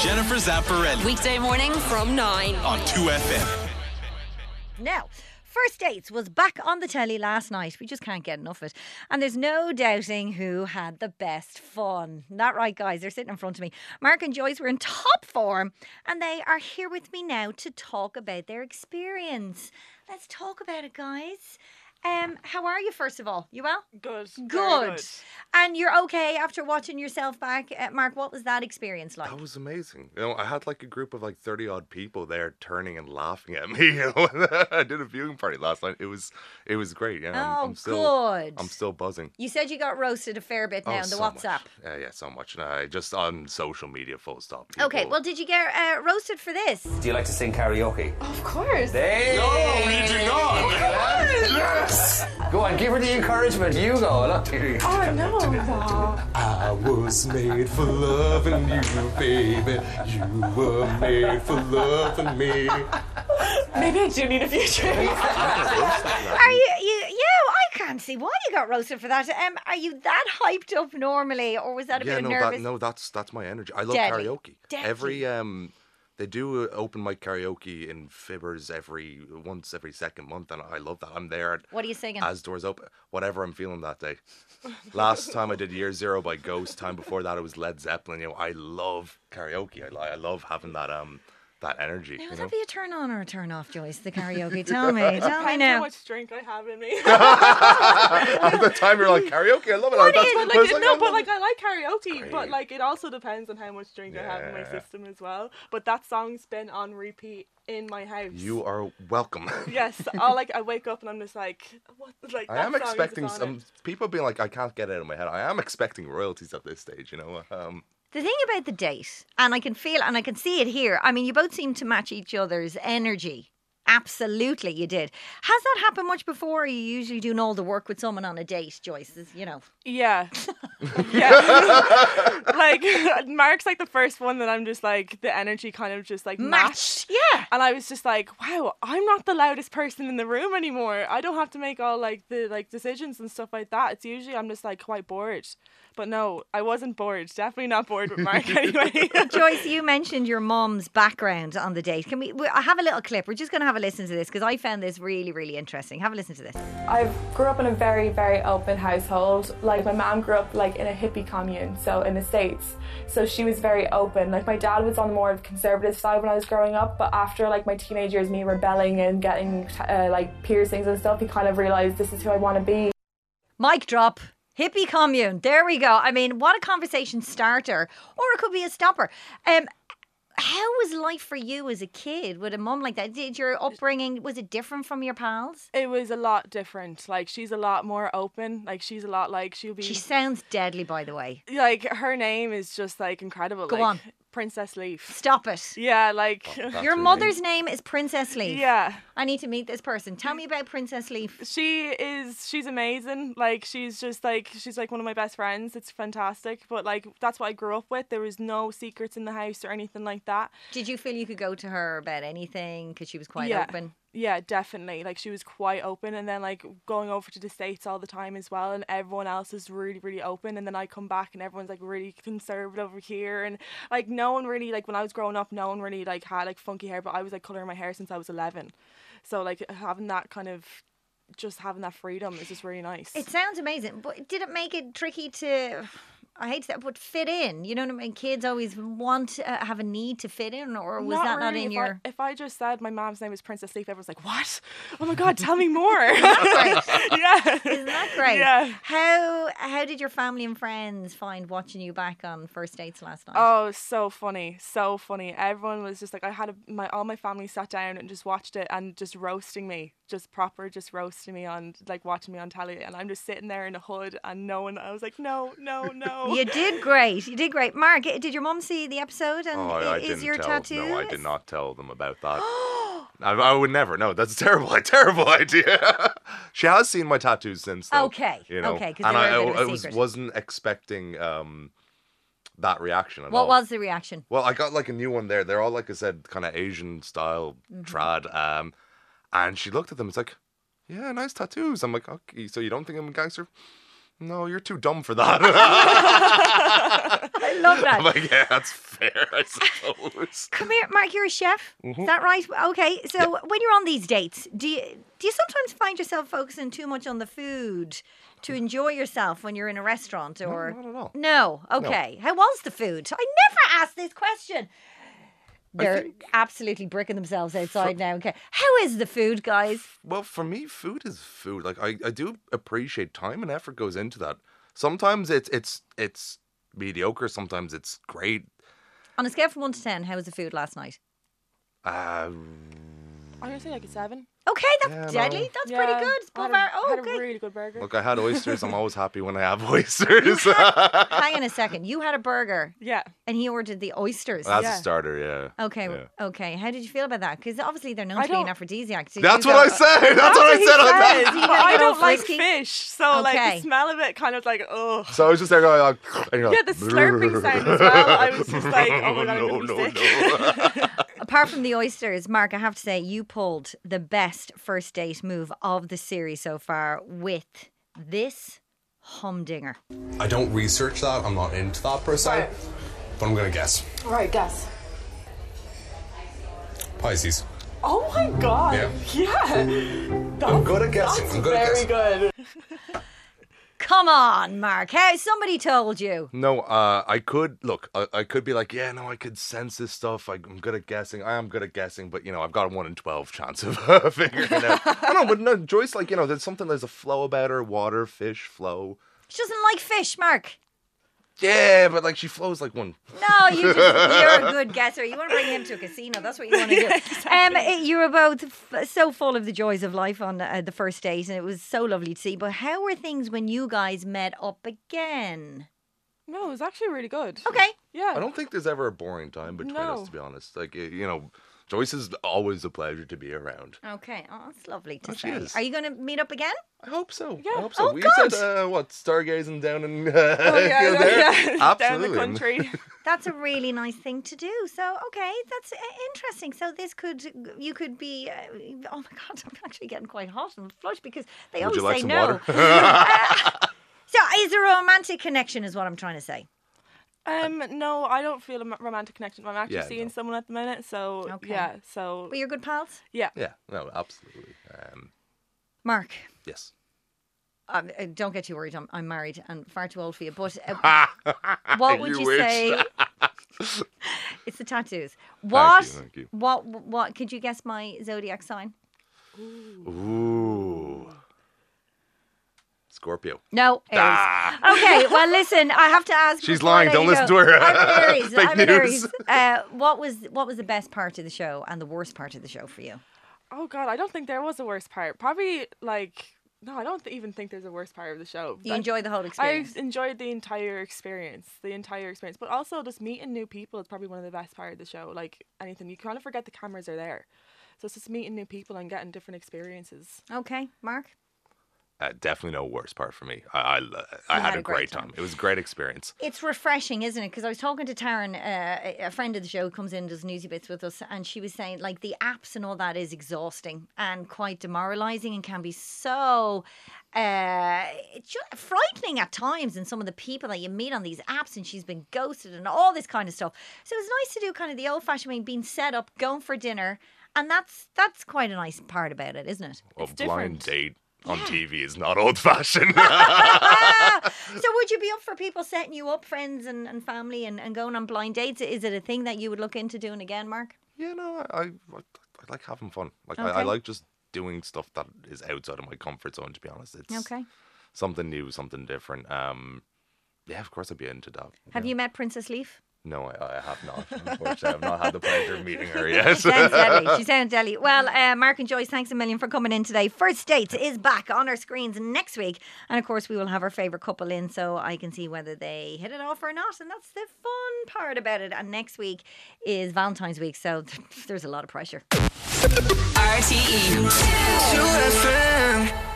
Jennifer Zapparelli Weekday morning from 9. on 2FM. Now, First Dates was back on the telly last night. We just can't get enough of it. And there's no doubting who had the best fun. Not right, guys. They're sitting in front of me. Mark and Joyce were in top form, and they are here with me now to talk about their experience. Let's talk about it, guys. Um, how are you, first of all? You well? Good. very Good. And you're okay after watching yourself back. Uh, Mark, what was that experience like? That was amazing. You know, I had like a group of like 30 odd people there turning and laughing at me. You know, I did a viewing party last night. It was it was great. Yeah, I'm, oh, I'm still good. I'm still buzzing. You said you got roasted a fair bit now oh, in the so WhatsApp. Much. Yeah, yeah, so much. No, just on social media, full stop. Okay, People- well, did you get uh, roasted for this? Do you like to sing karaoke? Of course. Hey! you do not. Yes! Go on, give her the encouragement. You go. Look. Oh no. no. I was made for loving you, baby. You were made for loving me. Maybe I do need a few drinks. Are you, you, yeah, I can't see why you got roasted for that. Um, are you that hyped up normally, or was that a yeah, bit no, of nervous? that no, that's that's my energy. I love Deadly. karaoke. Every um, they do a open mic karaoke in Fibbers every once every second month, and I love that. I'm there. at- What are you singing? As doors open, whatever I'm feeling that day. Last time I did Year Zero by Ghost. Time before that, it was Led Zeppelin. You know, I love karaoke. I, li- I love having that um that energy. now, you would know? that be a turn on or a turn off, Joyce? The karaoke. Tell me, tell me Depends how now. much drink I have in me. At the time, you're like karaoke. I love it. I- that's- but I was like, like, no, I but love like I like karaoke, but Great. like it also depends on how much drink I have in my Yeah. system as well. But that song's been on repeat in my house. You are welcome. Yes, I like I wake up and I'm just like, what? Like I that am song is expecting on it. some people being like, I can't get it out of my head. I am expecting royalties at this stage, you know. Um, The thing about the date, and I can feel and I can see it here. I mean, you both seem to match each other's energy. Absolutely, you did. Has that happened much before? Are you usually doing all the work with someone on a date, Joyce? Is- You know, Yeah. yeah. like Mark's like the first one that I'm just like the energy kind of just like matched. matched. Yeah. And I was just like, wow, I'm not the loudest person in the room anymore. I don't have to make all like the like decisions and stuff like that. It's usually I'm just like quite bored. But no, I wasn't bored. Definitely not bored with Mark anyway. Joyce, you mentioned your mum's background on the date. Can we? we I have a little clip. We're just going to have a listen to this because I found this really, really interesting. Have a listen to this. I grew up in a very, very open household. Like my mom grew up like in a hippie commune, so in the states. So she was very open. Like my dad was on the more conservative side when I was growing up, but after like my teenage years, me rebelling and getting uh, like piercings and stuff, he kind of realized this is who I want to be. Mic drop. Hippie commune. There we go. I mean, what a conversation starter, or it could be a stopper. Um, how was life for you as a kid with a mum like that? Did your upbringing was it different from your pals? it was a lot different. Like she's a lot more open. Like she's a lot like she'll be She sounds deadly, by the way. like her name is just like incredible. Go like, on. Princess Leaf. Stop it. Yeah, like that's Your her name. mother's name is Princess Leaf. Yeah. I need to meet this person. Tell me about Princess Leaf. She is she's amazing. Like she's just like she's like one of my best friends. It's fantastic. But like that's what I grew up with. There was no secrets in the house or anything like that. Did you feel you could go to her about anything because she was quite Yeah. open? Yeah, definitely. Like she was quite open and then like going over to the States all the time as well and everyone else is really, really open and then I come back and everyone's like really conservative over here and like no one really like when I was growing up, no one really like had like funky hair, but I was like colouring my hair since I was eleven. So like having that kind of just having that freedom is just really nice. It sounds amazing, but did it make it tricky to? I hate that, but fit in. You know what I mean? Kids always want to uh, have a need to fit in, or was that not really. in if your? I, if I just said my mom's name is Princess Leaf, everyone's like, "What? Oh my God, tell me more!" yeah, Isn't that great? Yeah. How how did your family and friends find watching you back on first dates last night? Oh, so funny, so funny. Everyone was just like, I had a, my all my family sat down and just watched it and just roasting me, just proper, just roasting me on like watching me on telly, and I'm just sitting there in a hood and no one. I was like, no, no, no. You did great. You did great. Mark, i- did your mum see the episode? And Oh, i- I, I is didn't your tell. tattoo? No, I did not tell them about that. I, I would never. No, that's a terrible, a terrible idea. she has seen my tattoos since. Though, Okay, you know, okay, 'cause and they were I, a bit of a I was secret. wasn't expecting um that reaction at all. What was the reaction? Well, I got like a new one there. They're all like I said, kind of Asian style Mm-hmm. trad. Um, and she looked at them. It's like, yeah, nice tattoos. I'm like, okay, so you don't think I'm a gangster? No, you're too dumb for that. I love that. I'm like, yeah, that's fair, I suppose. Come here, Mark. You're a chef. Mm-hmm. Is that right? Okay. So when you're on these dates, do you do you sometimes find yourself focusing too much on the food to enjoy yourself when you're in a restaurant? Or not at all. No. Okay. How was the food? I never asked this question. They're absolutely bricking themselves outside now. Okay. How is the food, guys? Well, for me, food is food. Like I, I do appreciate time and effort goes into that. Sometimes it's it's it's mediocre, sometimes it's great. On a scale from one to ten, how was the food last night? Uh, I'm gonna say like a seven. Okay, that's Yeah, no. deadly. That's Yeah, pretty good. It's I had above a- our- I oh, had okay. a really good burger. look, I had oysters. I'm always happy when I have oysters. Hang on a second. You had a burger Yeah. and he ordered the oysters. That's Yeah. Oh, a starter, yeah. Okay, w- okay. How did you feel about that? Because obviously they're known I to be an don't- aphrodisiac. Did That's you what I go- said. That's what I he said on said. that. You But gotta I get all don't like frisky. fish, so like Okay. the smell of it kind of like ugh. So I was just there going, like, and you're Yeah, like, the slurping sound as well. I was just like, oh my god, I'm gonna no, be no, sick. no. Apart from the oysters, Mark, I have to say you pulled the best first date move of the series so far with this humdinger. I don't research that. I'm not into that per se. Right. But I'm gonna guess Right, guess. Pisces. Oh my god. Yeah. Yeah. I'm good at guessing. I'm good at Very guessing. good. Come on, Mark. How somebody told you. No, uh, I could look. I, I could be like, yeah, no, I could sense this stuff. I, I'm good at guessing. I am good at guessing, but you know, I've got a one in twelve chance of figuring it out. I know, but no, Joyce, like you know, there's something. There's a flow about her. Water, fish, flow. She doesn't like fish, Mark. Yeah, but like she flows like one. No, you just, you're a good guesser. You want to bring him to a casino. That's what you want to do. Um, it- you were both f- so full of the joys of life on uh, the first date, and it was so lovely to see. But how were things when you guys met up again? No, it was actually really good. Okay. Yeah. I don't think there's ever a boring time between No. us, to be honest. Like y- you know, Joyce is always a pleasure to be around. Okay. Oh, that's lovely to Oh, see. cheers. Are you going to meet up again? I hope so. Yeah. I hope so. Oh, we God. said uh, what stargazing down in uh, Oh, yeah, you know, no, there. yeah. down Absolutely. the country. That's a really nice thing to do. So, okay, that's uh, interesting. So, this could you could be. Uh, oh my God, I'm actually getting quite hot and flushed because they always Would you like say some no. water? So, is there a romantic connection? Is what I'm trying to say. Um, no, I don't feel a m- romantic connection. I'm actually Yeah, seeing no. someone at the minute, so Okay. yeah, so But you're good pals, yeah. yeah. No, absolutely. Um, Mark. yes. Um, uh, don't get too worried. I'm, I'm married and far too old for you. But uh, what would You you, wish. say? it's the tattoos. What? thank you. What? What? Could you guess my zodiac sign? Ooh. Scorpio. No, Aries. Okay, well, listen. I have to ask. Ah. She's before I lying, let don't you listen go. to her. I'm an Aries. Fake I'm an Aries. news. Uh, what was what was the best part of the show and the worst part of the show for you? Oh god, I don't think there was a worse part. Probably like no, I don't th- even think there's a worse part of the show. You Uh, Like, enjoyed the whole I experience. enjoyed the entire experience, the entire experience, but also just meeting new people is probably one of the best part of the show. Like anything, you kind of forget the cameras are there, so it's just meeting new people and getting different experiences. okay, Mark. Uh, definitely no worst part for me. I I, lo- I You had, a great, time. It was a great experience. It's refreshing, isn't it? Because I was talking to Taryn, uh, a- a friend of the show who comes in and does newsy bits with us, and she was saying like the apps and all that is exhausting and quite demoralising and can be so uh, it's ju- frightening at times. And some of the people that you meet on these apps, and she's been ghosted and all this kind of stuff. So it was nice to do kind of the old fashioned way, being set up, going for dinner, and that's that's quite a nice part about it, isn't it? a blind different. date on TV is not old fashioned. Ah, so would you be up for people setting you up, friends and, and family, and, and going on blind dates? Is it a thing that you would look into doing again, Mark? you know, I, I I like having fun. Like I, I Okay. like just doing stuff that is outside of my comfort zone. To be honest, it's Okay. something new, something different. Um, yeah, of course I'd be into that. Have you met Princess Leaf? No, I, I have not. Unfortunately, I've not had the pleasure of meeting her yet. She sounds deadly. She sounds deadly. Well, uh, Mark and Joyce, thanks a million for coming in today. First Dates is back on our screens next week. And of course, we will have our favourite couple in so I can see whether they hit it off or not. And that's the fun part about it. And next week is Valentine's week. So E. there's a lot of pressure. RTE. 2FM.